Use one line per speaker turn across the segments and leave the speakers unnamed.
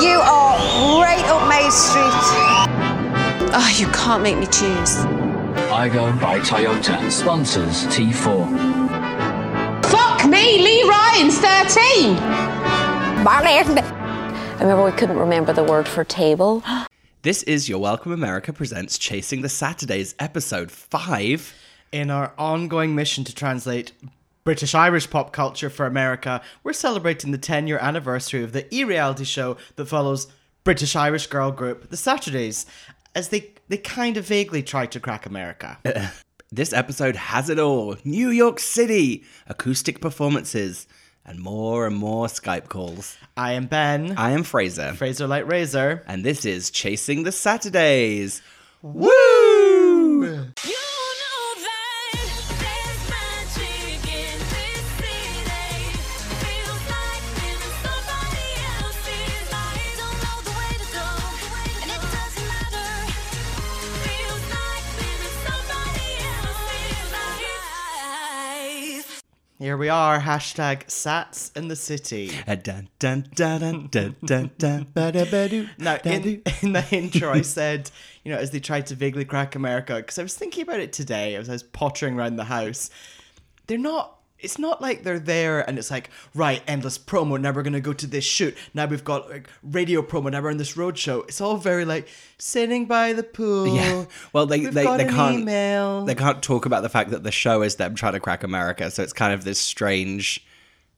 You are right up Main Street.
Oh, you can't make me choose.
I go by Toyota. Sponsors T4.
Fuck me, Lee Ryan's 13.
I remember we couldn't remember the word for table.
This is Your Welcome America Presents Chasing the Saturdays, episode 5.
In our ongoing mission to translate British Irish pop culture for America, we're celebrating the 10 year anniversary of the e reality show that follows British Irish girl group The Saturdays, as they, they kind of vaguely tried to crack America.
This episode has it all New York City, acoustic performances, and more and more Skype calls.
I am Ben,
I am Fraser,
Fraser Light Razor.
and this is Chasing the Saturdays. Woo!
You know that there's magic in this city. Feels like living somebody else's life. Don't know the way to go, and it doesn't matter. Feels like living somebody else's life.
Here we are, hashtag Sats in the City.
Uh, dun, dun, dun, dun, dun, dun, dun, ba-da-ba-doo,
Now, in,
da-doo.
in the intro, I said, you know, as they tried to vaguely crack America, because I was thinking about it today as I was pottering around the house. They're not, it's not like they're there and it's like, right, endless promo, now we're going to go to this shoot. Now we've got like, radio promo, now we're on this road show. It's all very like sitting by the pool.
Yeah. Well, they,
We've
they,
got
they
an
can't
email.
they can't talk about the fact that the show is them trying to crack America. So it's kind of this strange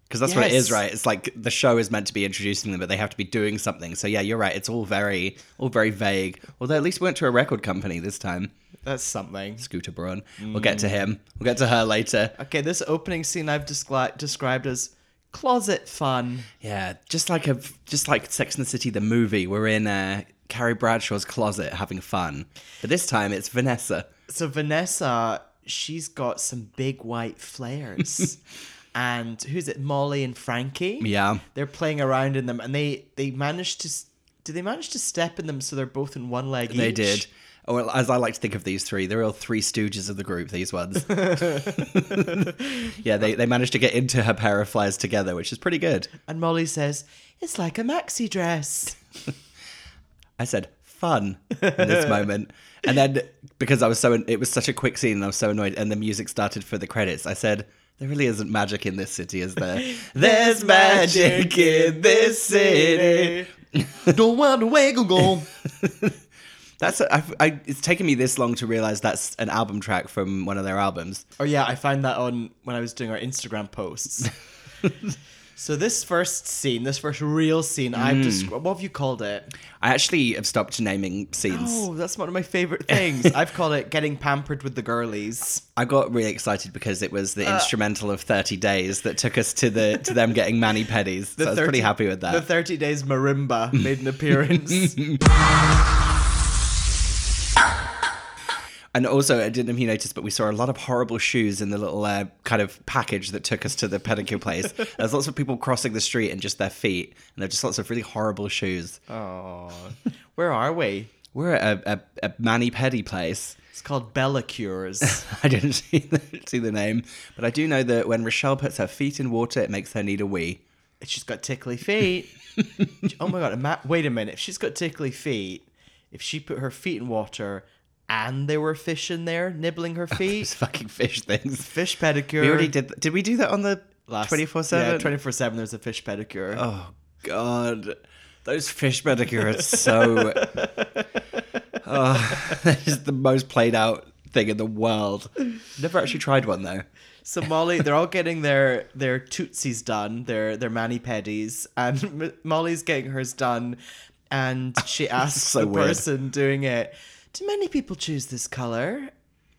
because that's what it is,
Yes.
right? It's like the show is meant to be introducing them, but they have to be doing something. So yeah, you're right. It's all very all very vague. Although at least we went to a record company this time.
That's something.
Scooter Braun. We'll get to him. We'll get to her later.
Okay, this opening scene I've descri- described as closet fun.
Yeah, just like a just like Sex and the City the movie. We're in uh, Carrie Bradshaw's closet having fun, but this time it's Vanessa.
so Vanessa, she's got some big white flares. and who's it? Molly and Frankie.
Yeah.
They're playing around in them and they they managed to s- do they manage to step in them so they're both in one leg
They
each?
did. Oh, Well, as I like to think of these three, they're all three stooges of the group, these ones. yeah, they, they managed to get into her pair of flares together, which is pretty good.
And Molly says, "It's like a maxi dress."
I said, fun in this moment. And then because I was so, it was such a quick scene and I was so annoyed, and the music started for the credits, I said, there really isn't magic in this city, is there? There's magic in this city.
Don't want to wiggle go.
That's I, I, it's taken me this long to realize that's an album track from one of their albums.
Oh yeah, I found that on when I was doing our Instagram posts. so this first scene, this first real scene,
Hmm.
I've described. What have you called it?
I actually have stopped naming scenes.
Oh, that's one of my favorite things. I've called it getting pampered with the girlies.
I got really excited because it was
Uh,
the instrumental of 30 Days that took us to the to them getting mani pedis. So I was pretty happy with
The
that.
30 Days Marimba made an appearance.
and also, I didn't know if you noticed, but we saw a lot of horrible shoes in the little uh, kind of package that took us to the pedicure place. There's lots of people crossing the street and just their feet, and there's just lots of really horrible shoes.
Where are we?
We're at a, a, a mani pedi place.
It's called Bella Cures.
I didn't see the, see the name, but I do know that when Rochelle puts her feet in water, it makes her need a wee.
She's got tickly feet. oh my god, ma- wait a minute. If she's got tickly feet, if she put her feet in water and there were fish in there nibbling her
These
feet,
fucking fish things.
fish pedicure.
We already did. Did we do that on the last 24 7?
Yeah, 24 7, there's a fish pedicure.
Oh God, those fish pedicure are so. oh, that is the most played out thing in the world. Never actually tried one though.
So Molly, they're all getting their their tootsies done, their their mani pedis, and M- Molly's getting hers done, and she asks
So
the
weird.
person doing it, "Do many people choose this color?"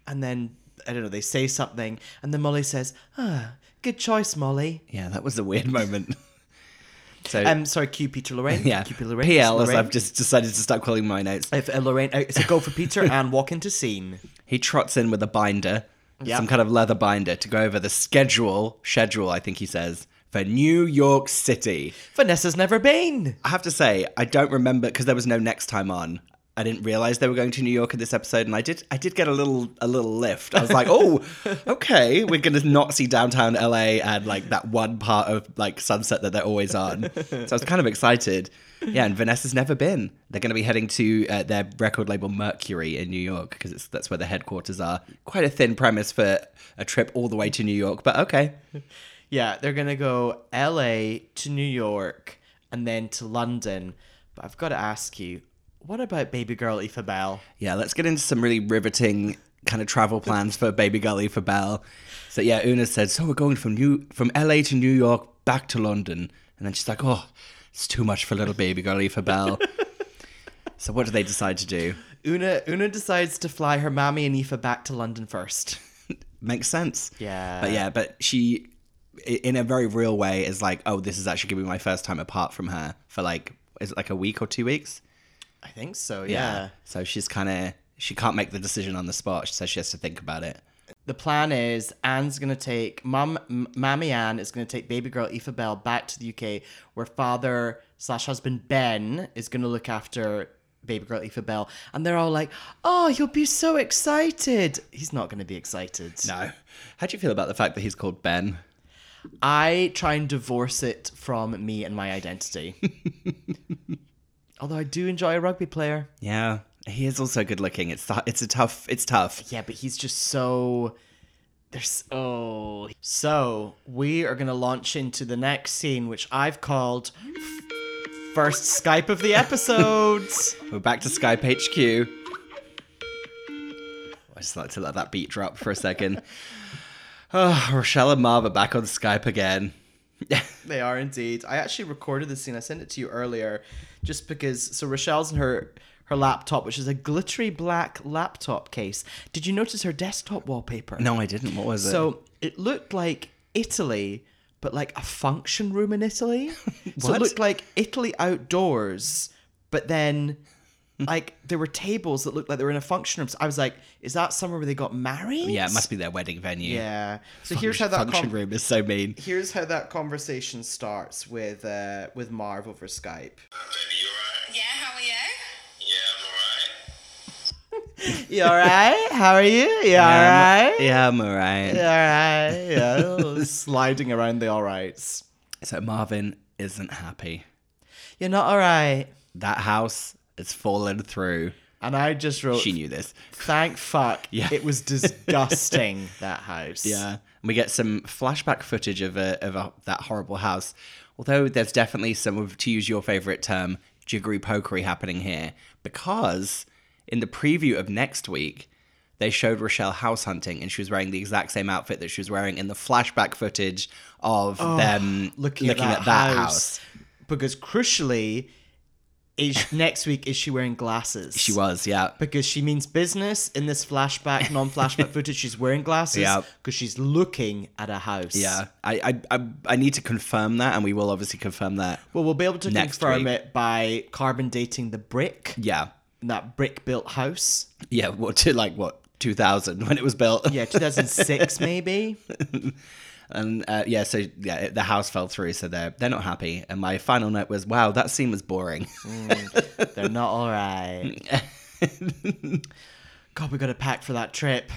And then I don't know, they say something, and then Molly says, "Ah, good choice, Molly."
Yeah, that was a weird moment. So
Um, sorry, Q Peter Lorraine.
yeah,
Q Peter Lorraine.
PL as
Lorraine.
I've just decided to start calling my notes.
If uh, Lorraine, uh, so go for Peter and walk into scene.
He trots in with a binder,
Yeah.
some kind of leather binder, to go over the schedule. Schedule, I think he says. For New York City.
Vanessa's never been.
I have to say, I don't remember because there was no next time on. I didn't realize they were going to New York in this episode, and I did. I did get a little a little lift. I was like, oh, okay, we're gonna not see downtown LA and like that one part of like sunset that they're always on. So I was kind of excited. Yeah, and Vanessa's never been. They're gonna be heading to uh, their record label Mercury in New York because that's where the headquarters are. Quite a thin premise for a trip all the way to New York, but okay.
Yeah, they're gonna go LA to New York and then to London. But I've got to ask you, what about baby girl Aoife Bell?
Yeah, let's get into some really riveting kind of travel plans for Baby Gully for Belle. So yeah, Una said, "So we're going from New from LA to New York back to London," and then she's like, "Oh, it's too much for little Baby Gully for Belle." so what do they decide to do?
Una Una decides to fly her mammy and Aoife back to London first.
Makes sense.
Yeah.
but yeah, but she, i- in a very real way, is like, "Oh, this is actually gonna be my first time apart from her for like, is it like a week or two weeks?"
I think so, yeah.
So she's kind of she can't make the decision on the spot. She says she has to think about it.
The plan is Anne's going to take, Mum, M- Mammy Anne is going to take baby girl Aoife Bell back to the UK where father slash husband Ben is going to look after baby girl Aoife Bell. And they're all like, oh, you'll be so excited. He's not going to be excited.
No. How do you feel about the fact that he's called Ben?
I try and divorce it from me and my identity. Although I do enjoy a rugby player.
Yeah, he is also good looking. It's th- it's a tough it's tough.
Yeah, but he's just so. There's oh. So we are gonna launch into the next scene, which I've called f- first Skype of the episode.
We're back to Skype HQ. I just like to let that beat drop for a second. Oh, Rochelle and Marv are back on Skype again.
they are indeed. I actually recorded this scene. I sent it to you earlier, just because. So Rochelle's in her her laptop, which is a glittery black laptop case. Did you notice her desktop wallpaper?
No, I didn't. What was it?
So it looked like Italy, but like a function room in Italy. So
What?
it looked like Italy outdoors, but then like there were tables that looked like they were in a function room. So I was like, is that somewhere where they got married?
yeah, it must be their wedding venue.
Yeah. So here's how that
function
com-
room is so mean.
here's how that conversation starts with uh, with Marv over Skype.
Baby, you alright?
Yeah, how are you?
Yeah, I'm alright.
You all right? How are you? You
Um,
all
Yeah,
right?
I'm- Yeah, I'm alright.
All right. Yeah. Sliding around the all rights.
So Marvin isn't happy.
You're not all right.
That house has fallen through.
And I just wrote
She knew this.
Thank fuck.
Yeah.
It was disgusting, that house.
Yeah, uh, and we get some flashback footage of a, of a, that horrible house. Although there's definitely some of, to use your favorite term, jiggery pokery happening here because in the preview of next week they showed Rochelle house hunting and she was wearing the exact same outfit that she was wearing in the flashback footage of them
Oh, Looking, at that, house. Because crucially, is, next week, is she wearing glasses?
She was, yeah.
Because she means business in this flashback, non flashback footage. She's wearing glasses
Yeah.
because she's looking at a house.
Yeah, I, I I I need to confirm that, and we will obviously confirm that.
Well, we'll be able to
Next
confirm
week.
it by carbon dating the brick,
Yeah,
that brick built house.
yeah. What to like what 2000 when it was built?
Yeah, 2006 maybe.
And uh, yeah, so yeah, it- the house fell through, so they're they're not happy. And my final note was, wow, that scene was boring.
They're not all right. God, we got to pack for that trip.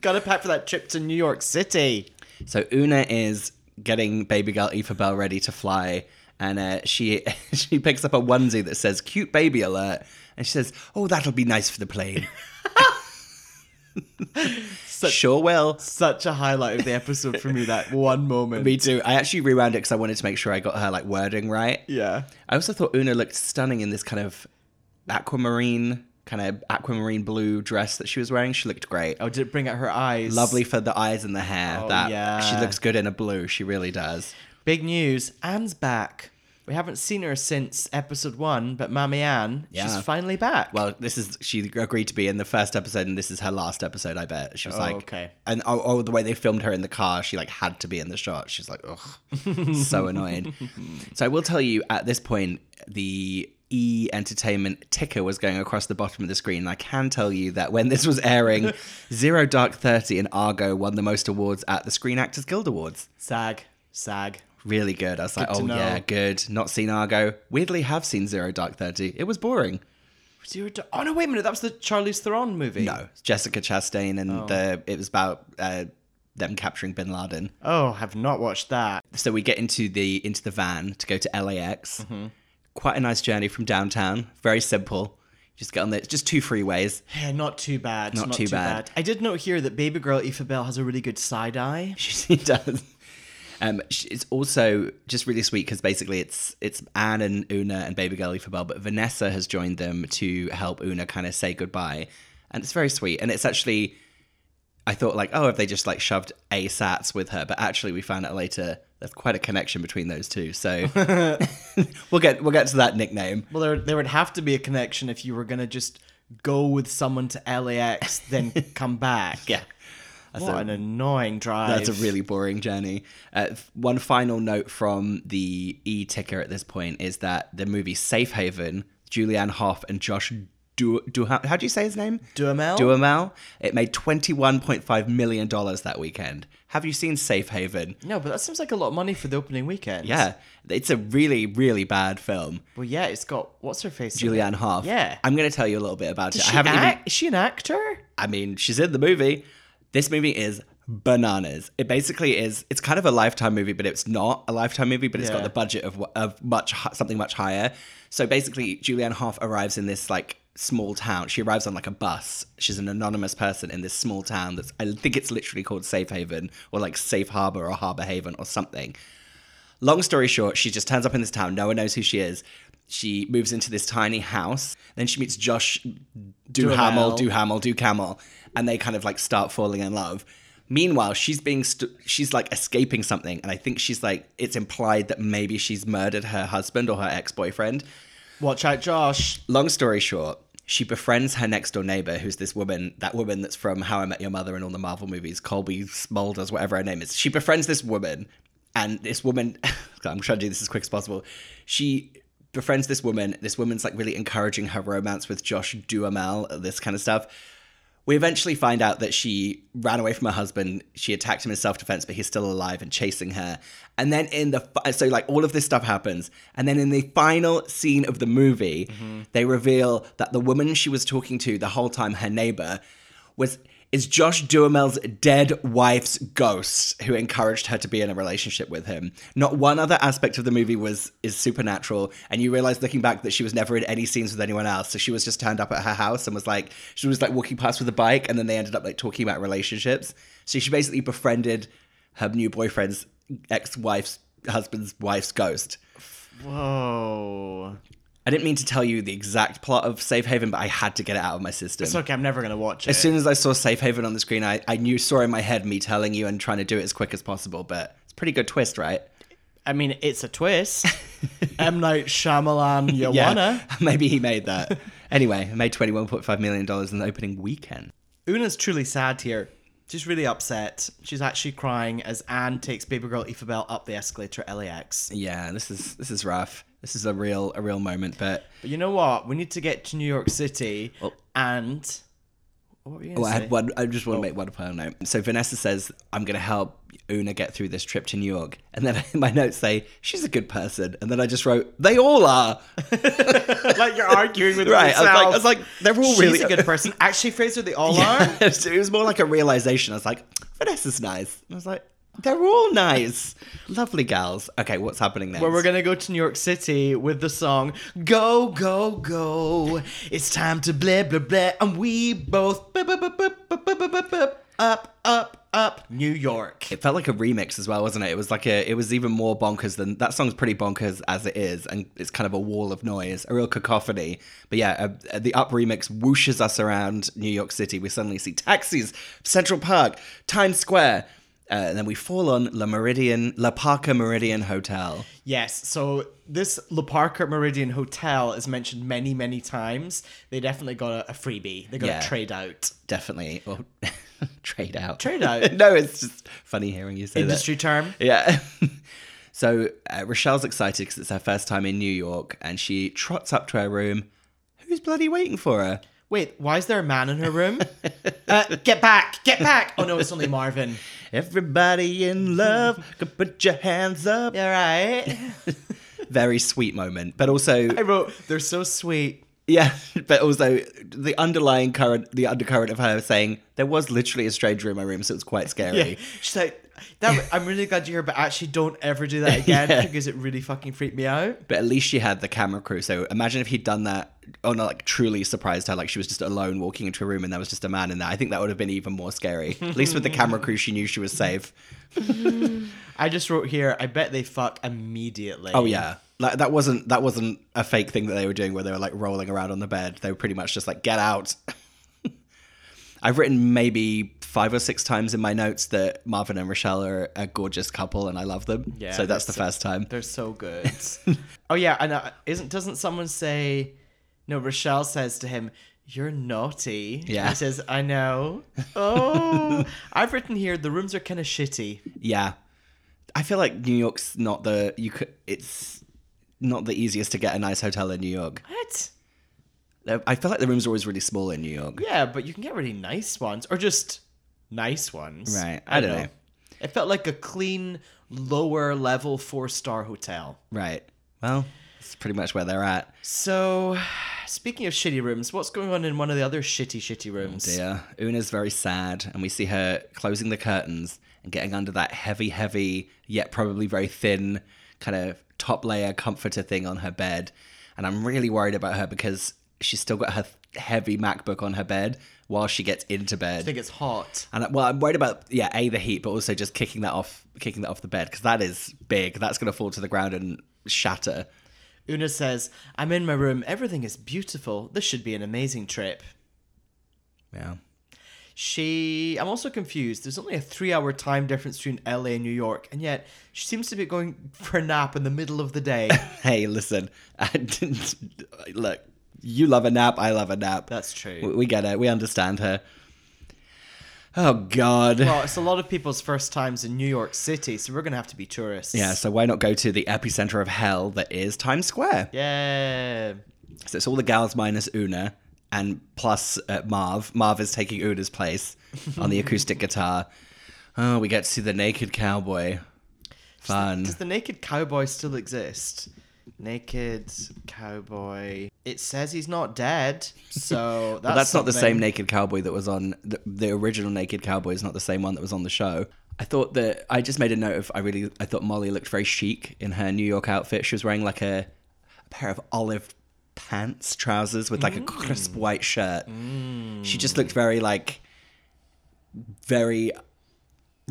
got to pack for that trip to New York City.
so Una is getting baby girl Aoife Bell ready to fly, and uh, she she picks up a onesie that says "cute baby alert," and she says, "Oh, that'll be nice for the plane." sure will.
Such a highlight of the episode for me. That one moment.
Me too. I actually rewound it because I wanted to make sure I got her like wording right.
Yeah.
I also thought Una looked stunning in this kind of aquamarine, kind of aquamarine blue dress that she was wearing. She looked great.
Oh, did it bring out her eyes?
Lovely for the eyes and the hair.
Oh,
that
yeah.
she looks good in a blue. She really does.
Big news. Anne's back. We haven't seen her since episode one, but Mammy Anne,
Yeah.
she's finally back.
Well, this is she agreed to be in the first episode, and this is her last episode. I bet she was
Oh,
like,
okay.
And oh, oh, the way they filmed her in the car, she like had to be in the shot. She's like, ugh, so annoyed. So I will tell you at this point, the E Entertainment ticker was going across the bottom of the screen. And I can tell you that when this was airing, Zero Dark Thirty and Argo won the most awards at the Screen Actors Guild Awards.
sag, sag.
really good. I was like,
to
oh
know.
yeah, good. Not seen Argo. Weirdly, have seen Zero Dark Thirty. It was boring.
Zero Dark. Oh no, wait a minute. That was the Charlize Theron movie.
No, it's Jessica Chastain, and the, it was about uh, them capturing Bin Laden.
Oh, have not watched that.
So we get into the into the van to go to LAX. Quite a nice journey from downtown. Very simple. Just get on there. It's just two freeways.
Yeah, not too bad.
Not too bad.
I did note here that Baby Girl Ifabel has a really good side eye.
she does. Um, sh- it's also just really sweet because basically it's it's Anne and Una and Baby Girl Ifabel, but Vanessa has joined them to help Una kind of say goodbye, and it's very sweet. And it's actually, I thought like, oh, have they just like shoved a Sats with her? But actually, we found out later there's quite a connection between those two. So we'll get we'll get to that nickname.
Well, there there would have to be a connection if you were gonna just go with someone to LAX, then come back.
Yeah. That's
What
a-
an annoying drive.
That's a really boring journey. Uh, f- one final note from the e ticker at this point is that the movie Safe Haven, Julianne Hoff and Josh Du, Du how do you say his name?
Duhamel?
Duhamel. It made twenty one point five million dollars that weekend. Have you seen Safe Haven?
No, but that seems like a lot of money for the opening weekend.
Yeah, it's a really really bad film.
Well, yeah, it's got what's her face? in it?
Julianne Hoff.
Yeah.
I'm going to tell you a little bit about
Does
it.
she
I haven't even
act? Is she an actor?
I mean, she's in the movie. This movie is bananas. It basically is. It's kind of a lifetime movie, but it's not a lifetime movie. But it's got
Yeah.
the budget of of much hi- something much higher. So basically, Julianne Hoff arrives in this like small town. She arrives on like a bus. She's an anonymous person in this small town that's I think it's literally called Safe Haven or like Safe Harbor or Harbor Haven or something. Long story short, she just turns up in this town. No one knows who she is. She moves into this tiny house. Then she meets Josh Duhamel,
Duhamel.
Duhamel, Duhamel, and they kind of like start falling in love. Meanwhile, she's being st- she's like escaping something, and I think she's like it's implied that maybe she's murdered her husband or her ex boyfriend.
Watch out, Josh.
Long story short, she befriends her next door neighbor, who's this woman, that woman that's from How I Met Your Mother and all the Marvel movies, Colby Smulders, whatever her name is. She befriends this woman, and this woman, God, I'm trying to do this as quick as possible. She befriends this woman. This woman's like really encouraging her romance with Josh Duhamel, this kind of stuff. We eventually find out that she ran away from her husband. She attacked him in self defense, but he's still alive and chasing her. And then in the fi- so like all of this stuff happens, and then in the final scene of the movie, they reveal that the woman she was talking to the whole time, her neighbor, was is Josh Duhamel's dead wife's ghost who encouraged her to be in a relationship with him. Not one other aspect of the movie was is supernatural, and you realize looking back that she was never in any scenes with anyone else. So she was just turned up at her house and was like she was like walking past with a bike, and then they ended up like talking about relationships. So she basically befriended her new boyfriend's ex-wife's husband's wife's ghost.
Whoa.
I didn't mean to tell you the exact plot of Safe Haven, but I had to get it out of my system.
It's okay. I'm never gonna watch it.
As soon as I saw Safe Haven on the screen, I, I knew, saw in my head me telling you and trying to do it as quick as possible, but it's a pretty good twist, right?
I mean, it's a twist. M Night Shyamalan, you wanna?
Maybe he made that. anyway, it made $21.5 million in the opening weekend.
Una's truly sad here. She's really upset. She's actually crying as Anne takes baby girl Ifabel up the escalator at LAX.
Yeah, this is this is rough. This is a real a real moment, but
But you know what? We need to get to New York City and. What were you
Oh. Well,
gonna
I
say?
had one. I just want to make one final note. So Vanessa says, "I'm going to help Una get through this trip to New York," and then my notes say, "She's a good person," and then I just wrote, "They all are."
like you're arguing with
Right, I was like-
yourself.
I was like, they're all
She's
really-
a good person. Actually, Fraser, they all are.
it was more like a realization. I was like, "Vanessa's nice." And I was like, "They're all nice, lovely gals." Okay, what's happening next?
Where we're gonna go to New York City with the song "Go Go Go." It's time to blah blah blah, and we both bu- bu- bu- bu- bu- bu- bu- bu- bu- up up up New York.
It felt like a remix as well, wasn't it? It was like a. It was even more bonkers than that song's pretty bonkers as it is, and it's kind of a wall of noise, a real cacophony. But yeah, uh, the up remix whooshes us around New York City. We suddenly see taxis, Central Park, Times Square, uh, and then we fall on La Meridian, La Parker Meridian Hotel.
Yes, so this Le Parker Meridian Hotel is mentioned many many times. They definitely got a, a freebie. They got
Yeah.
a trade out.
Definitely, or trade out.
Trade out.
no, it's just funny hearing you say that.
Industry term.
Yeah. so uh, Rochelle's excited because it's her first time in New York, and she trots up to her room. Who's bloody waiting for her?
Wait, why is there a man in her room? uh, get back, get back! Oh no, it's only Marvin.
Everybody in love, go put your hands up.
All right.
Very sweet moment, but also
I wrote, they're so sweet.
Yeah, but also the underlying current, the undercurrent of her saying there was literally a stranger in my room, so it was quite scary.
Yeah. She's like, that, I'm really glad you're here, but actually don't ever do that again
Yeah.
because it really fucking freaked me out.
But at least she had the camera crew. So imagine if he'd done that on a, like truly surprised her, like she was just alone walking into a room and there was just a man in there. I think that would have been even more scary. at least with the camera crew, she knew she was safe.
I just wrote here, I bet they fuck immediately.
Oh yeah, like that wasn't that wasn't a fake thing that they were doing where they were like rolling around on the bed. They were pretty much just like get out. I've written maybe five or six times in my notes that Marvin and Rochelle are a gorgeous couple and I love them.
Yeah,
so that's the
that's-
first time.
They're so good. oh yeah, and uh, isn't doesn't someone say? No, Rochelle says to him, "You're naughty."
Yeah.
he says, "I know." Oh, I've written here. The rooms are kind of shitty.
Yeah, I feel like New York's not the you could it's not the easiest to get a nice hotel in New York.
What?
I feel like the rooms are always really small in New York.
Yeah, but you can get really nice ones, or just nice ones.
Right, I don't know.
It felt like a clean, lower level four star hotel.
Right. Well, that's pretty much where they're at.
So, speaking of shitty rooms, what's going on in one of the other shitty, shitty rooms?
Oh, dear. Una's very sad, and we see her closing the curtains and getting under that heavy, heavy, yet probably very thin kind of top layer comforter thing on her bed. And I'm really worried about her because she's still got her th- heavy MacBook on her bed while she gets into
I think
bed.
it's hot.
And I- well, I'm worried about yeah, a the heat, but also just kicking that off, kicking that off the bed because that is big. That's going to fall to the ground and shatter.
Una says, I'm in my room. Everything is beautiful. This should be an amazing trip.
Yeah.
She. I'm also confused. There's only a three hour time difference between LA and New York, and yet she seems to be going for a nap in the middle of the day.
Hey, listen, I didn't, look, you love a nap. I love a nap.
That's true.
We, we get it. We understand her. Oh God.
well, it's a lot of people's first times in New York City, so we're going to have to be tourists.
yeah. So why not go to the epicenter of hell that is Times Square?
Yeah.
So it's all the gals minus Una and plus uh, Marv. Marv is taking Una's place on the acoustic guitar. Oh, we get to see the naked cowboy. Fun.
Does the naked cowboy still exist? Naked cowboy. It says he's not dead, so that's,
But that's not the
something.
same naked cowboy that was on the, the original naked cowboy is not the same one that was on the show i thought that i just made a note of i really i thought molly looked very chic in her new york outfit she was wearing like a, a pair of olive pants trousers with
Mm.
like a crisp white shirt she just looked very like very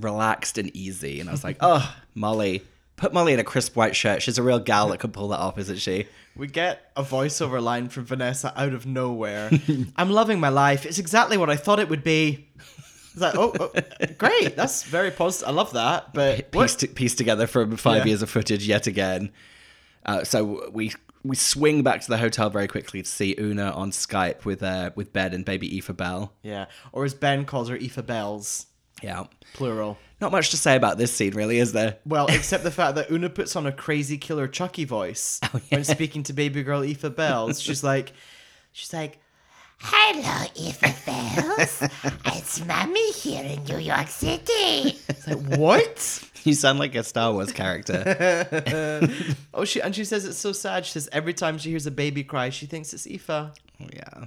relaxed and easy and i was like oh molly put molly in a crisp white shirt she's a real gal that could pull that off isn't she
We get a voiceover line from Vanessa out of nowhere. I'm loving my life. It's exactly what I thought it would be. It's like, oh, oh, great. That's very positive. I love that. But
pieced,
what?
to, pieced together from five
Yeah.
years of footage yet again. Uh, so we we swing back to the hotel very quickly to see Una on Skype with uh, with Ben and baby Aoife Bell.
Yeah. Or as Ben calls her, Aoife Bells,
Yeah.
plural.
Not much to say about this scene, really, is there?
Well, except the fact that Una puts on a crazy killer Chucky voice when speaking to baby girl Aoife Bells. She's like, she's like,
Hello, Eva Bells. it's Mummy here in New York City.
it's like, what?
You sound like a Star Wars character.
Oh, she and she says it's so sad. She says every time she hears a baby cry, she thinks it's Aoife.
yeah.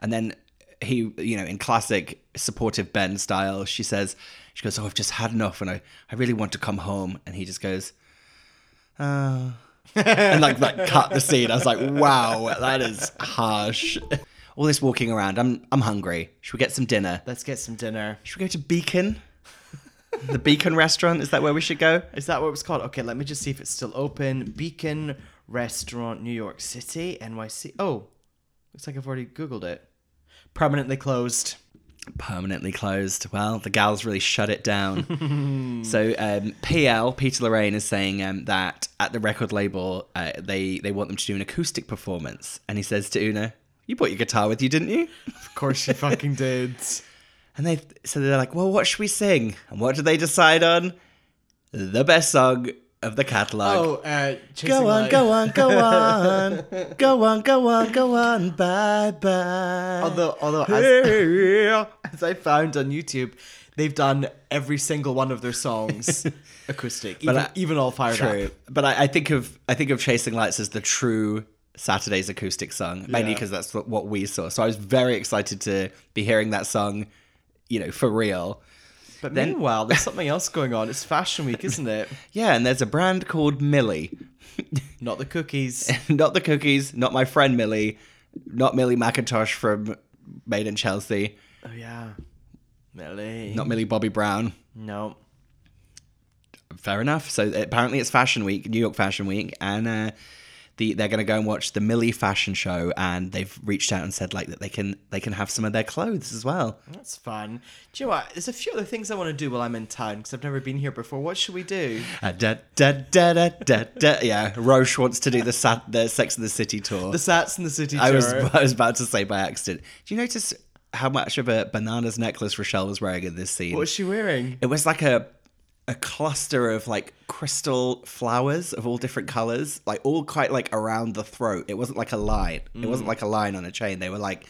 And then he, you know, in classic supportive Ben style, she says, she goes, "Oh, I've just had enough, and I I really want to come home." And he just goes, "Oh." and like like cut the scene. I was like, wow, that is harsh. All this walking around. I'm I'm hungry. Should we get some dinner?
Let's get some dinner.
Should we go to Beacon? the Beacon restaurant is that where we should go?
Is that what it was called? Okay, let me just see if it's still open. Beacon Restaurant, New York City, NYC. Oh, looks like I've already Googled it. Permanently closed.
Permanently closed. Well, the gals really shut it down. so um, PL Peter Lorraine is saying um, that at the record label uh, they they want them to do an acoustic performance, and he says to Una, "You brought your guitar with you, didn't you?"
Of course she fucking did.
And they so they're like, well, what should we sing? And what do they decide on? The best song of the catalog.
Oh, uh,
go on, go on, go on, go on, go on, go on, bye bye.
Although, although as,
Hey.
as I found on YouTube, they've done every single one of their songs acoustic, even,
I-
even all fired
True,
up.
but I, I think of I think of Chasing Lights as the true Saturday's acoustic sung, mainly
Yeah.
because that's what- what we saw. So I was very excited to be hearing that song, you know, for real.
But
Then-
meanwhile, there's something else going on. It's Fashion Week, isn't it?
Yeah, and there's a brand called Millie.
Not the cookies.
not the cookies, not my friend Millie, not Millie McIntosh from Made in Chelsea,
Oh yeah, Millie.
not Millie Bobby Brown.
no.
Fair enough. So uh, apparently it's Fashion Week, New York Fashion Week, and uh, the they're going to go and watch the Millie Fashion Show, and they've reached out and said like that they can they can have some of their clothes as well.
That's fun. Do you know what? There's a few other things I want to do while I'm in town because I've never been here before. What should we do?
Uh, da, da, da, da, da, da. Yeah, Roche wants to do the sa- the Sex and the City tour.
The Sats in the City
I
tour.
was I was about to say by accident. Do you notice how much of a bananas necklace Rochelle was wearing in this scene?
What was she wearing?
it was like a a cluster of like crystal flowers of all different colors like all quite like around the throat it wasn't like a line it wasn't like a line on a chain they were like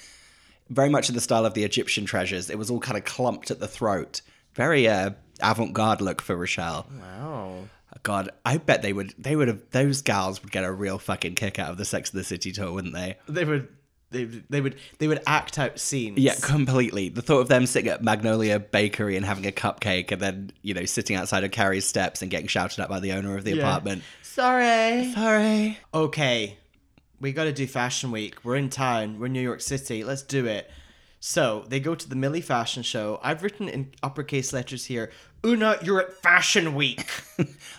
very much in the style of the egyptian treasures it was all kind of clumped at the throat very uh avant-garde look for rochelle
Wow.
god i bet they would they would have those gals would get a real fucking kick out of the sex of the city tour wouldn't they
They would. They, would- they would they would act out scenes.
Yeah, completely. The thought of them sitting at Magnolia Bakery and having a cupcake and then, you know, sitting outside of Carrie's steps and getting shouted at by the owner of the
Yeah.
apartment.
Sorry.
Sorry.
Okay, we got to do Fashion Week. We're in town. We're in New York City. Let's do it. So they go to the Millie Fashion Show. I've written in uppercase letters here. Una, you're at Fashion Week.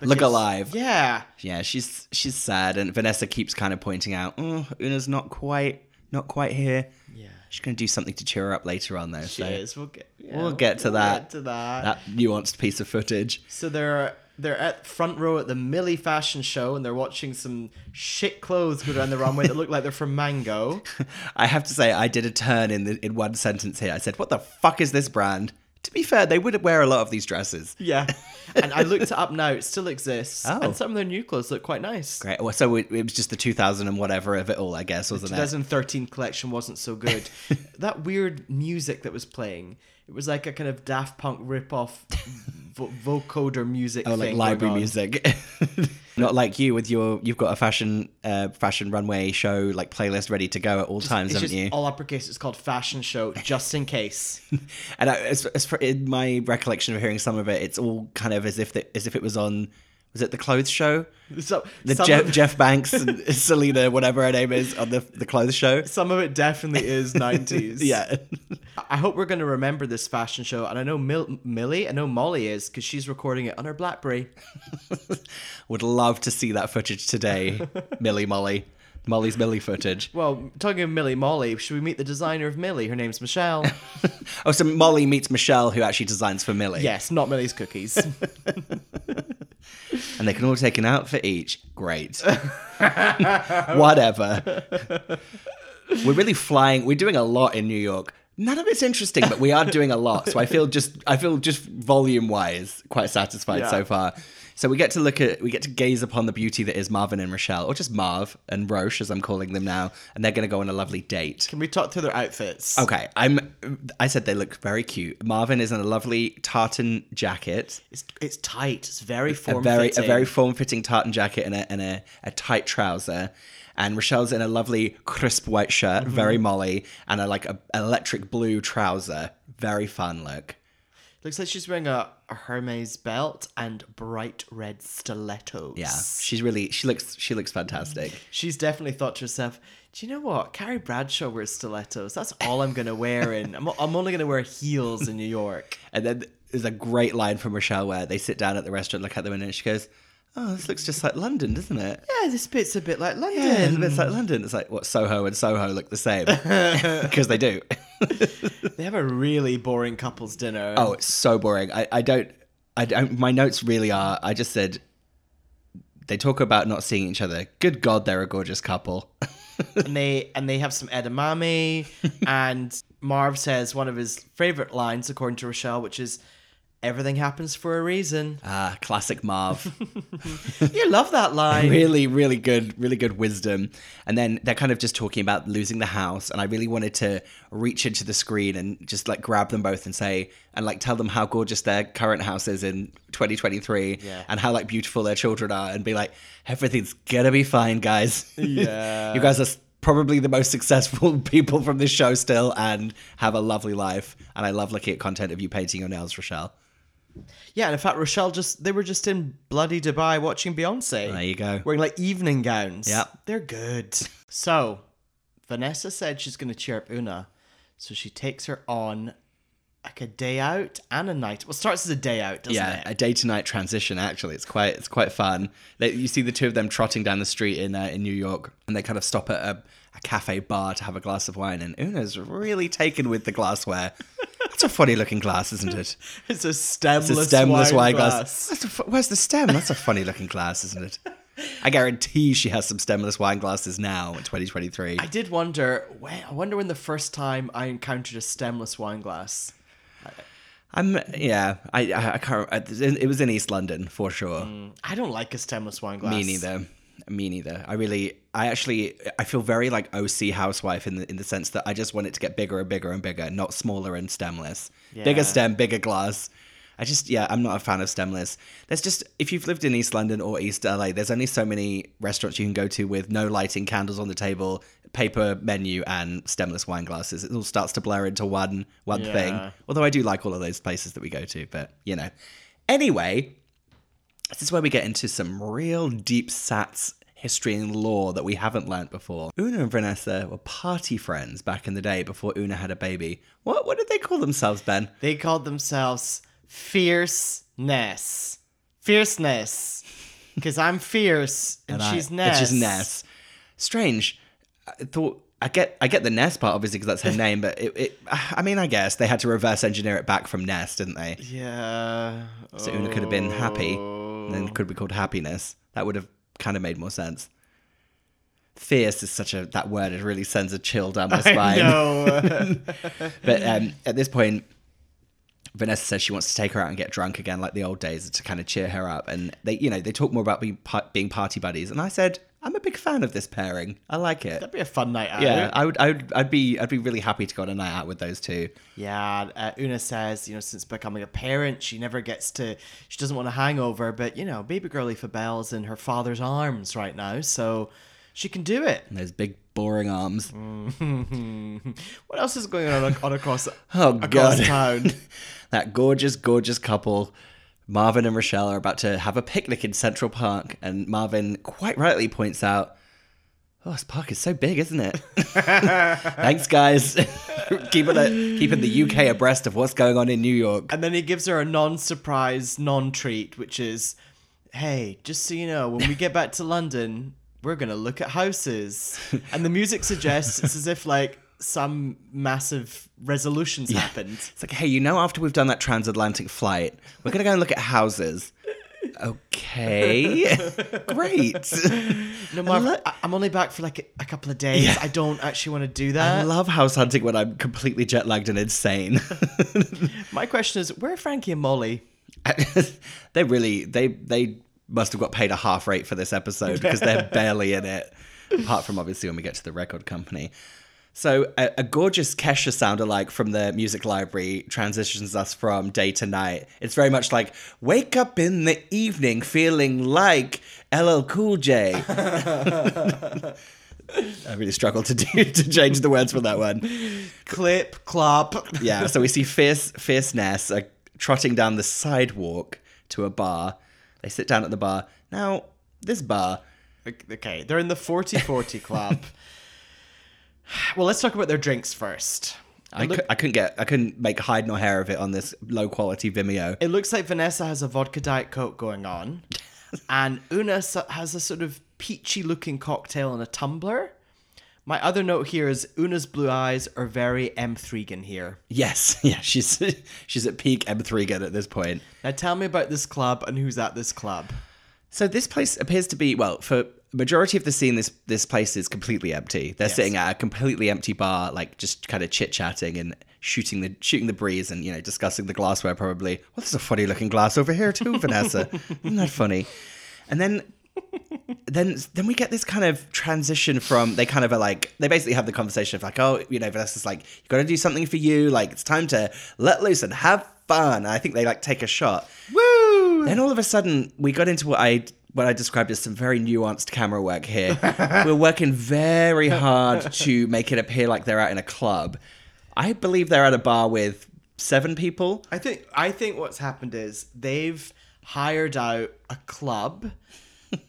Look alive. Yeah.
yeah.
she's she's sad and Vanessa keeps kind of pointing out, oh, Una's not quite not quite here.
Yeah.
She's gonna do something to cheer her up later on though. so
Cheers. We'll get yeah,
we'll get to that.
to that.
that nuanced piece of footage.
So they're they're at front row at the Millie Fashion Show and they're watching some shit clothes go down the runway that look like they're from Mango.
I have to say, I did a turn in the, in one sentence here. I said, "What the fuck is this brand?" To be fair, they would wear a lot of these dresses.
Yeah. And I looked it up now. It still exists.
Oh.
And some of their new clothes look quite nice.
Great. Well, so it, it was just the 2000 and whatever of it all, I guess, wasn't it?
2013 collection wasn't so good. that weird music that was playing, it was like a kind of Daft Punk rip-off vo- vocoder music.
Oh, like
thing
library
going on.
music. Not like you with your you've got a fashion uh, fashion runway show like playlist ready to go at all times,
It's
haven't
just
you?
all uppercase. It's called Fashion Show, just in case.
and I, as, as for, in my recollection of hearing some of it, it's all kind of as if the, as if it was on was it the clothes show?
So,
The
some
Jeff,
of-
Jeff Banks and Selena, whatever her name is, on the the clothes show.
Some of it definitely is 90s.
Yeah.
I hope we're going to remember this fashion show. And I know Mil- Millie, I know Molly is because she's recording it on her Blackberry.
Would love to see that footage today, Millie Molly. Molly's Millie footage.
Well, talking of Millie Molly, should we meet the designer of Millie? Her name's Michelle.
Oh, so Molly meets Michelle, who actually designs for Millie.
yes, not Millie's cookies.
and they can all take an outfit each. Great. Whatever. We're really flying. We're doing a lot in New York. None of it's interesting, but we are doing a lot. So I feel just I feel just volume wise quite satisfied
Yeah.
so far. So we get to look at we get to gaze upon the beauty that is Marvin and Rochelle, or just Marv and Roche as I'm calling them now, and they're going to go on a lovely date.
Can we talk through their outfits?
Okay, I'm I said they look very cute. Marvin is in a lovely tartan jacket.
It's, it's tight. It's very
a
form
very a very form fitting tartan jacket and a and a, a tight trouser. And Rochelle's in a lovely crisp white shirt, very Molly, and a like a an electric blue trouser. Very fun look.
Looks like she's wearing a, a Hermes belt and bright red stilettos.
Yeah. She's really she looks she looks fantastic.
She's definitely thought to herself, do you know what? Carrie Bradshaw wears stilettos. That's all I'm going to wear in. I'm, I'm only going to wear heels in New York.
And then there's a great line from Rochelle where they sit down at the restaurant, look at them and she goes, Oh, this looks just like London, doesn't it?
Yeah, this bit's a bit like London.
Yeah, it's like London. It's like what Soho and Soho look the same because they do.
They have a really boring couples dinner.
Oh, it's so boring. I, I don't, I don't, my notes really are. I just said, they talk about not seeing each other. Good God, they're a gorgeous couple.
and they and they have some edamame. and Marv says one of his favorite lines, according to Rochelle, which is, Everything happens for a reason.
Ah, classic Marv.
You love that line.
really, really good, really good wisdom. And then they're kind of just talking about losing the house. And I really wanted to reach into the screen and just like grab them both and say, and like tell them how gorgeous their current house is in 2023
Yeah.
and how like beautiful their children are and be like, everything's gonna be fine, guys.
Yeah.
you guys are s- probably the most successful people from this show still and have a lovely life. And I love looking at content of you painting your nails, Rochelle.
Yeah, and in fact, Rochelle just, they were just in bloody Dubai watching Beyonce.
There you go.
Wearing like evening gowns.
Yep.
They're good. So, Vanessa said she's going to cheer up Una. So she takes her on like a day out and a night. Well, it starts as a day out, doesn't
yeah,
it?
a day to night transition. Actually, it's quite it's quite fun. They, you see the two of them trotting down the street in uh, in New York, and they kind of stop at a, a cafe bar to have a glass of wine. And Una's really taken with the glassware. That's a funny looking glass, isn't it?
It's a stemless,
It's a stemless wine
wine glass.
glass. That's a fu- where's the stem? That's a funny looking glass, isn't it? I guarantee she has some stemless wine glasses now in 2023.
I did wonder. When, I wonder when the first time I encountered a stemless wine glass.
I'm yeah. I I, I can't. I- It was in East London for sure.
I don't like a stemless wine glass.
Me neither. Me neither. I really, I actually, I feel very like OC housewife in the in the sense that I just want it to get bigger and bigger and bigger, not smaller and stemless.
Yeah.
Bigger stem, bigger glass. I just, yeah, I'm not a fan of stemless. There's just, if you've lived in East London or East LA, there's only so many restaurants you can go to with no lighting, candles on the table, paper menu, and stemless wine glasses. It all starts to blur into one one
Yeah.
thing. Although I do like all of those places that we go to, but you know. Anyway, this is where we get into some real deep sats history and lore that we haven't learnt before. Una and Vanessa were party friends back in the day before Una had a baby. What what did they call themselves, Ben?
They called themselves fierceness. Fierceness. Because I'm fierce and,
I-
she's
and
Ness.
She's Ness. Strange. I thought I get I get the Ness part obviously because that's her name, but it, it I mean I guess they had to reverse engineer it back from Ness, didn't they?
Yeah.
So Una could have been happy, and then could be called happiness. That would have kind of made more sense. Fierce is such a that word. It really sends a chill down my spine.
No.
But um, at this point, Vanessa says she wants to take her out and get drunk again, like the old days, to kind of cheer her up. And they, you know, they talk more about being par- being party buddies. And I said, I'm a big fan of this pairing. I like it.
That'd be a fun night out.
yeah, I would, I would, I'd be, I'd be really happy to go on a night out with those two.
Yeah, uh, Una says, you know, since becoming a parent, she never gets to, she doesn't want a hangover, but, you know, baby girl Aoife Bell's in her father's arms right now, so she can do it.
Those big, boring arms.
What else is going on on across,
Oh
across
God.
town?
that gorgeous, gorgeous couple, Marvin and Rochelle, are about to have a picnic in Central Park, and Marvin quite rightly points out, "Oh, this park is so big, isn't it?" Thanks, guys. keeping the keeping the UK abreast of what's going on in New York.
And then he gives her a non surprise, non treat, which is, hey, just so you know, when we get back to London, we're going to look at houses. And the music suggests it's as if, like, some massive resolutions happened.
It's like, hey, you know, after we've done that transatlantic flight, we're gonna go and look at houses. Okay, great.
No, Marv,
lo-
I- I'm only back for like a, a couple of days. I don't actually want to do
I
that.
love house hunting when I'm completely jet lagged and insane.
My question is, where are Frankie and Molly?
they really they they must have got paid a half rate for this episode because they're barely in it apart from obviously when we get to the record company so a, a gorgeous kesha sound alike from the music library transitions us from day to night it's very much like wake up in the evening feeling like ll cool j i really struggled to do, to change the words for that one
Clip, clop.
yeah, so we see fierce fierceness uh, trotting down the sidewalk to a bar. They sit down at the bar. Now, this bar,
Okay, they're in the 40-40 club. well, let's talk about their drinks first.
I, cou- I couldn't get, I couldn't make hide nor hair of it on this low quality Vimeo.
It looks like Vanessa has a vodka diet coke going on, and Una s- has a sort of peachy looking cocktail in a tumbler. My other note here is Una's blue eyes are very M. Thregan here.
Yes, yeah, she's she's at peak M3 again at this point.
Now tell me about this club and who's at this club.
So this place appears to be well for majority of the scene. This this place is completely empty. They're sitting at a completely empty bar, like just kind of chit chatting and shooting the shooting the breeze and you know discussing the glassware. Probably, well, there's a funny looking glass over here too, Vanessa. Isn't that funny? And then then then we get this kind of transition from they kind of are like they basically have the conversation of like oh you know Vanessa's like you got to do something for you like it's time to let loose and have fun and I think they like take a shot woo then all of a sudden we got into what I what I described as some very nuanced camera work here we're working very hard to make it appear like they're out in a club I believe they're at a bar with seven people
I think I think what's happened is they've hired out a club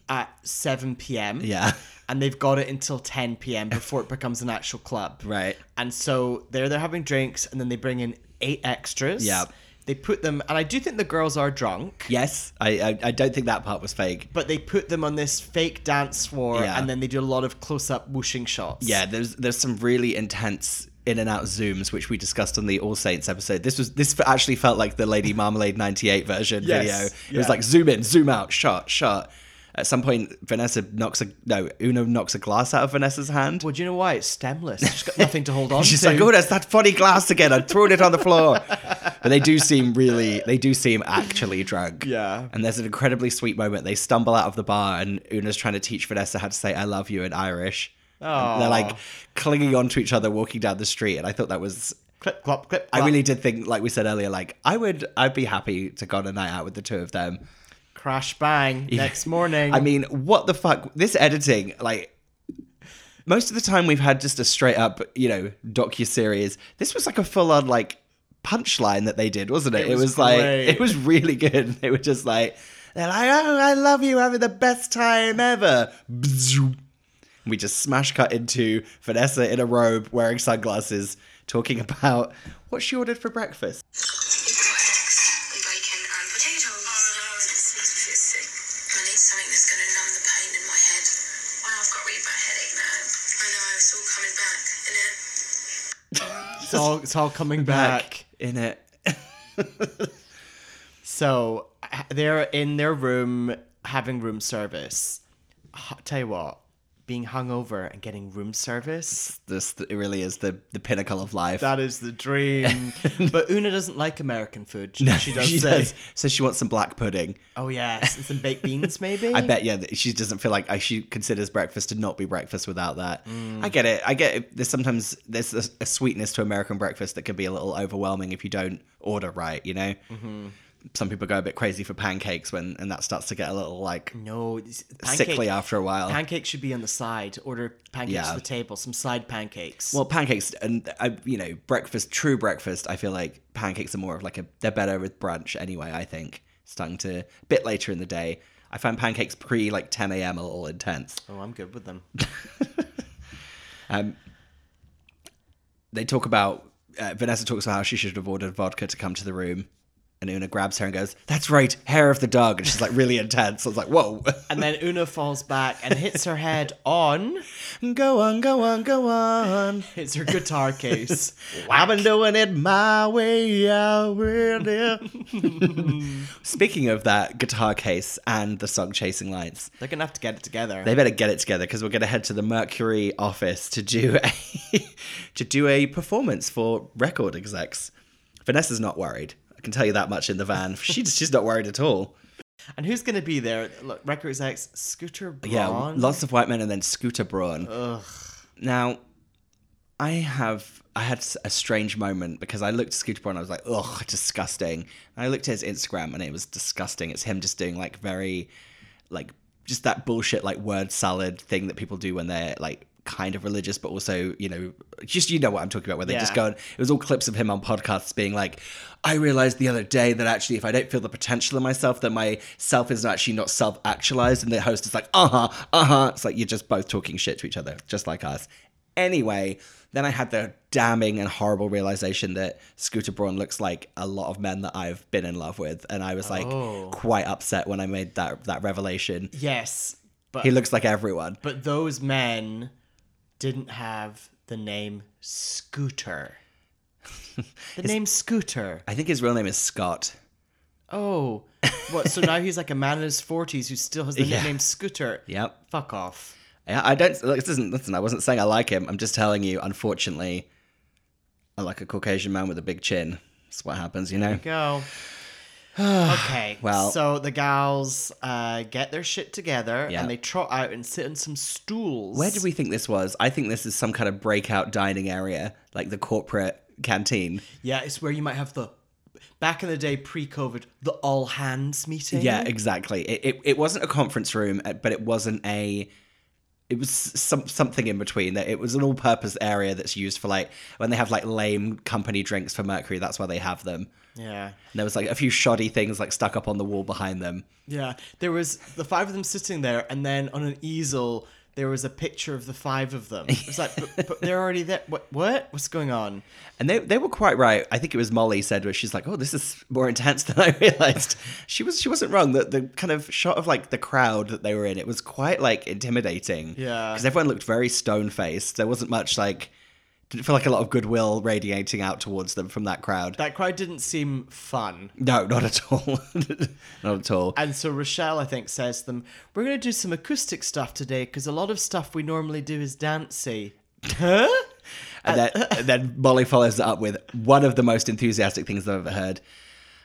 at 7 p.m.
Yeah.
And they've got it until 10 p.m. before it becomes an actual club.
Right.
And so they're they're having drinks and then they bring in eight extras.
Yeah.
They put them and I do think the girls are drunk.
yes I I, I don't think that part was fake
But they put them on this fake dance floor
Yeah.
and then they do a lot of close up whooshing shots.
Yeah, there's there's some really intense in and out zooms which we discussed on the All Saints episode. This was this actually felt like the Lady Marmalade '98 version
Yes,
video. It
yeah.
was like zoom in, zoom out, shot, shot. At some point, Vanessa knocks a no Uno knocks a glass out of Vanessa's hand.
Well, do you know why? It's stemless. She's got nothing to hold on
She's
to.
like, "Oh, that's that funny glass again! I'm throwing it on the floor." But they do seem really, they do seem actually drunk.
Yeah.
And there's an incredibly sweet moment. They stumble out of the bar, and Una's trying to teach Vanessa how to say "I love you" in Irish. And They're like clinging onto each other, walking down the street, and I thought that was.
clip, clop, clip.
I
clop.
really did think, like we said earlier, like I would, I'd be happy to go on a night out with the two of them.
crash bang next morning.
I mean, what the fuck? This editing, like, most of the time we've had just a straight up, you know, docu series. This was like a full on like punchline that they did, wasn't it?
It
It,
was
was, like
great.
it was really good. They were just like, they're like, oh, I love you, having the best time ever. Bzzz. We just smash cut into Vanessa in a robe, wearing sunglasses, talking about what she ordered for breakfast.
Bacon and potatoes. This makes me feel sick. I need something that's going to numb the pain in my head. Oh, I've got a really bad headache now. I know, it's all coming back, isn't it?
it's all it's all coming back.
in it.
So h- they're in their room having room service. H- Tell you what, being hungover and getting room service,
This it really is the the pinnacle of life.
that is the dream. but Una doesn't like American food. She, she does
she
say,
does. So she wants some black pudding.
oh yes, and some baked beans maybe?
I bet, yeah, that she doesn't feel like uh, she considers breakfast to not be breakfast without that. I get it. I get it. There's sometimes there's a, a sweetness to American breakfast that can be a little overwhelming if you don't order right. You know,
Mm-hmm.
some people go a bit crazy for pancakes when, and that starts to get a little like
No, this-
sickly after a while.
Pancakes should be on the side. Order pancakes
Yeah.
to the table, some side pancakes.
well, pancakes and I, you know, breakfast, true breakfast. I feel like pancakes are more of like a they're better with brunch anyway. I think starting to a bit later in the day. I find pancakes pre like 10 a.m. a little intense.
oh, I'm good with them.
they talk about uh, Vanessa talks about how she should have ordered vodka to come to the room, and Una grabs her and goes, "That's right, hair of the dog," and she's like really intense. I was like, "Whoa,
And then Una falls back and hits her head on
go on, go on, go on."
hits her guitar case.
I've been doing it my way, I will. Speaking of that guitar case and the song "Chasing Lights,"
They're gonna have to get it together.
they better get it together because we're going to head to the Mercury office to do a to do a performance for record execs. Vanessa's not worried. I can tell you that much in the van. She's she's not worried at all.
And who's going to be there? Look, Records X, Scooter Braun.
Yeah, lots of white men and then Scooter Braun. Now, I have I had a strange moment because I looked at Scooter Braun. I was like, ugh, disgusting. And I looked at his Instagram and it was disgusting. It's him just doing like very, like just that bullshit like word salad thing that people do when they're like kind of religious but also you know just you know what i'm talking about where they
Yeah.
just go and it was all clips of him on podcasts being like i realized the other day that actually if i don't feel the potential in myself that my self is actually not self-actualized and the host is like uh-huh uh-huh it's like you're just both talking shit to each other just like us Anyway, then I had the damning and horrible realization that Scooter Braun looks like a lot of men that I've been in love with, and I was like quite upset when I made that that revelation.
yes, but
He looks like everyone.
but those men didn't have the name Scooter. The name Scooter.
I think his real name is Scott.
Oh, what? So now he's like a man in his forties who still has the
Yeah.
nickname Scooter.
Yep.
Fuck off.
Yeah, I don't. Look, this isn't. Listen, I wasn't saying I like him. I'm just telling you. Unfortunately, I like a Caucasian man with a big chin. That's what happens, you know.
Go. okay.
Well-
so the gals uh, get their shit together
Yeah.
and they trot out and sit on some stools.
Where do we think this was? I think this is some kind of breakout dining area, like the corporate canteen.
Yeah, it's where you might have the back in the day pre-COVID the all hands meeting.
Yeah, exactly. It, it, it wasn't a conference room, uh, but it wasn't a. It was some something in between. That it was an all-purpose area that's used for like when they have like lame company drinks for Mercury. That's why they have them.
Yeah.
And there was like a few shoddy things like stuck up on the wall behind them.
Yeah, there was the five of them sitting there, and then on an easel there was a picture of the five of them. It's like, but, but they're already there. What? What? What's going on?
And they, they were quite right. I think it was Molly said where she's like, "Oh, this is more intense than I realized." she was she wasn't wrong. That the kind of shot of like the crowd that they were in, it was quite like intimidating.
Yeah.
because everyone looked very stone faced. There wasn't much like didn't feel like a lot of goodwill radiating out towards them from that crowd.
That crowd didn't seem fun.
no, not at all. not at all.
And so Rochelle, I think, says to them, "We're going to do some acoustic stuff today because a lot of stuff we normally do is dancey." Huh?
And then, and then Molly follows it up with one of the most enthusiastic things I've ever heard.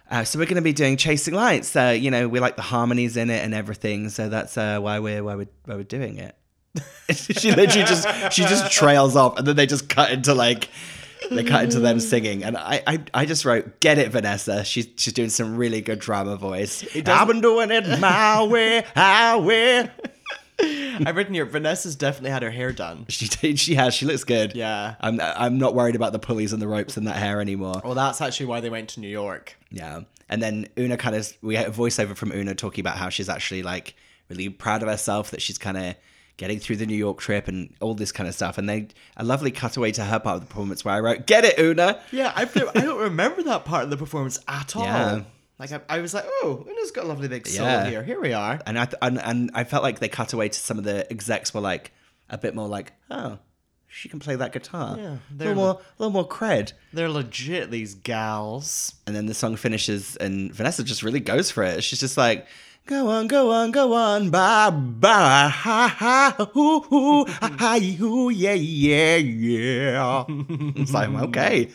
Uh, so we're going to be doing Chasing Lights. So you know we like the harmonies in it and everything. So that's uh, why we're why we're why we're doing it. she literally just she just trails off, and then they just cut into like they cut into them singing. And I I, I just wrote, get it, Vanessa. She's she's doing some really good drama voice. I've been doing it my way, highway.
I've written here. Vanessa's definitely had her hair done.
She did- she has she looks good.
Yeah.
I'm I'm not worried about the pulleys and the ropes and that hair anymore.
Well, that's actually why they went to New York.
Yeah. And then Una kind of, we had a voiceover from Una talking about how she's actually like really proud of herself that she's kind of getting through the New York trip and all this kind of stuff. And they, a lovely cutaway to her part of the performance where I wrote, Get it, Una!
Yeah, I've never, I don't remember that part of the performance at all.
Yeah.
Like I, I was like, oh, Una's got a lovely big soul
Yeah.
here. Here we are.
And I, th- and, and I felt like they cut away to some of the execs were like a bit more like, Oh, she can play that guitar.
Yeah,
A
they're-
little more, a little more cred.
They're legit these gals.
And then the song finishes and Vanessa just really goes for it. She's just like, Go on, go on, go on, ba ba ha ha hoo hoo ha ha hoo yeah yeah yeah. It's like okay,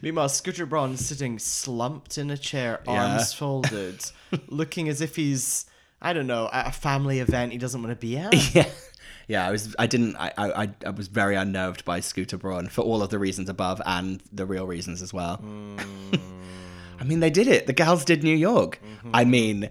Meanwhile, Scooter Braun is sitting slumped in a chair, arms folded, looking as if he's I don't know at a family event he doesn't want to be at.
yeah, yeah. I was, I didn't, I, I, I- I was very unnerved by Scooter Braun for all of the reasons above and the real reasons as well.
Mm.
I mean, they did it. The gals did New York.
Mm-hmm.
I mean,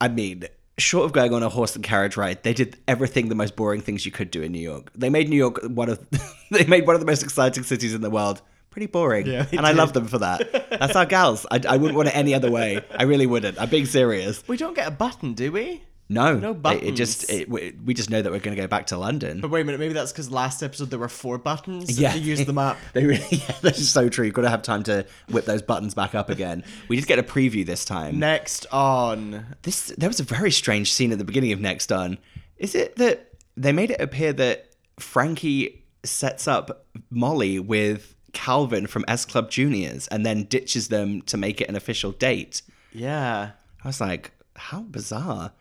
I mean, short of going on a horse and carriage ride, they did everything the most boring things you could do in New York. They made New York one of they made one of the most exciting cities in the world. Pretty boring,
Yeah, they
and I
did.
love them for that. That's our gals. I, I wouldn't want it any other way. I really wouldn't. I'm being serious.
We don't get a button, do we?
No,
No
It, it just
buttons.
it, we we just know that we're going to go back to London.
But wait a minute, maybe that's because last episode there were four buttons.
Yeah.
they used them up.
They really, yeah, that is so true. You've got to have time to whip those buttons back up again. We did get a preview this time.
Next on,
this there was a very strange scene at the beginning of Next On. Is it that they made it appear that Frankie sets up Molly with Calvin from S Club Juniors and then ditches them to make it an official date?
yeah,
I was like, how bizarre.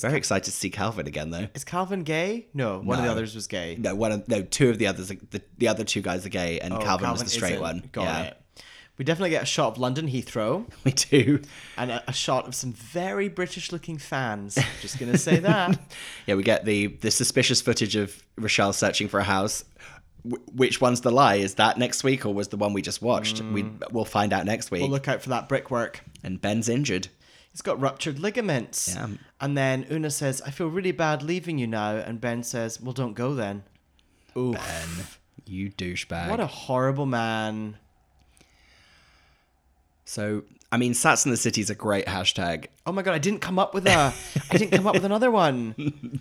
Very excited to see Calvin again though.
is Calvin gay? No, one of the
No.
others was gay.
No, one of, no, two of the others, are- the, the other two guys are gay, and
Oh,
Calvin, was the straight
isn't.
one.
Got
yeah,
it. We definitely get a shot of London Heathrow
we do.
and a, a shot of some very British-looking fans. Just gonna say that.
Yeah, we get the the suspicious footage of Rochelle searching for a house. Wh- which one's the lie? Is that next week or was the one we just watched? We we'll find out next week.
Mm. We'll look out for that brickwork.
and Ben's injured.
He's got ruptured ligaments.
Yeah.
And then Una says, "I feel really bad leaving you now," and Ben says, "Well, don't go then." Ooh,
You douchebag.
what a horrible man.
so I mean, Sats in the City is a great hashtag.
Oh my god, I didn't come up with a. I didn't come up with another one.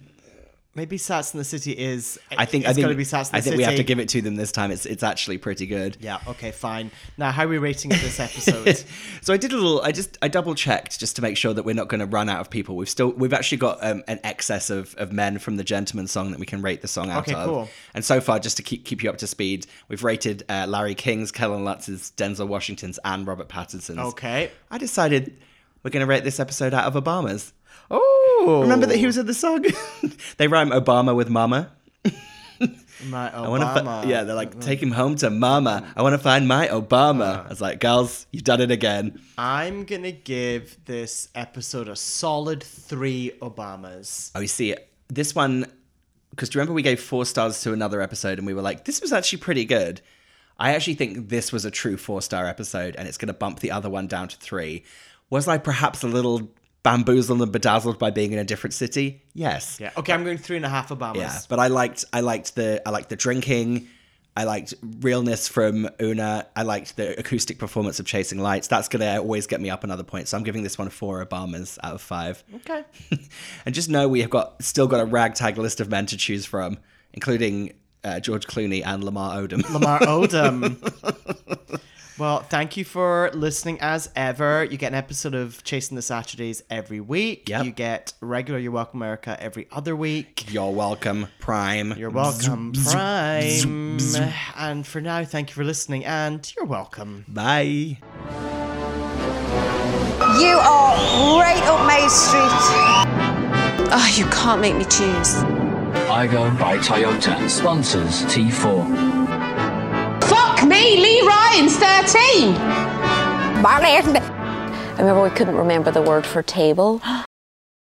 Maybe Sats in the City is.
I think
it's
I think
gotta be Sats in the
I think
City.
we have to give it to them this time. It's it's actually pretty good.
Yeah. Okay. Fine. Now, how are we rating it this episode?
so I did a little. I just I double checked just to make sure that we're not going to run out of people. We've still we've actually got um, an excess of, of men from the Gentleman song that we can rate the song out
Okay,
of.
cool.
And so far, just to keep keep you up to speed, we've rated uh, Larry King's, Kellen Lutz's, Denzel Washington's, and Robert Pattinson's.
okay.
I decided we're going to rate this episode out of Obama's.
Oh.
Remember that he was in the song. they rhyme Obama with Mama.
My
I want to.
Obama. Mm-hmm.
Fi- yeah, they're like, take him home to Mama. I want to find my Obama. I was like, girls, you've done it again.
I'm gonna give this episode a solid three Obamas.
Oh, you see, this one, because do you remember we gave four stars to another episode and we were like, this was actually pretty good. I actually think this was a true four star episode and it's going to bump the other one down to three. Was I perhaps a little bamboozled and bedazzled by being in a different city? Yes.
Yeah. Okay, I'm going three and a half Obamas.
Yeah, but I liked I liked the I liked the drinking. I liked realness from Una. I liked the acoustic performance of Chasing Lights. That's going to always get me up another point. So I'm giving this one four Obamas out of five.
Okay.
and just know we have got still got a ragtag list of men to choose from, including uh, George Clooney and Lamar Odom.
Lamar Odom. well, thank you for listening as ever. You get an episode of Chasing the Saturdays every week.
Yep.
You get regular You're Welcome America every other week.
You're welcome, Prime.
You're welcome, Prime. And for now, thank you for listening, and you're welcome.
Bye.
You are right up my street.
Oh, you can't make me choose.
Igo by Toyota sponsors T4.
Fuck me, Lee Ryan's 13.
I remember we couldn't remember the word for table.